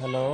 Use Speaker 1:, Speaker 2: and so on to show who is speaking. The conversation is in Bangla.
Speaker 1: হ্যালো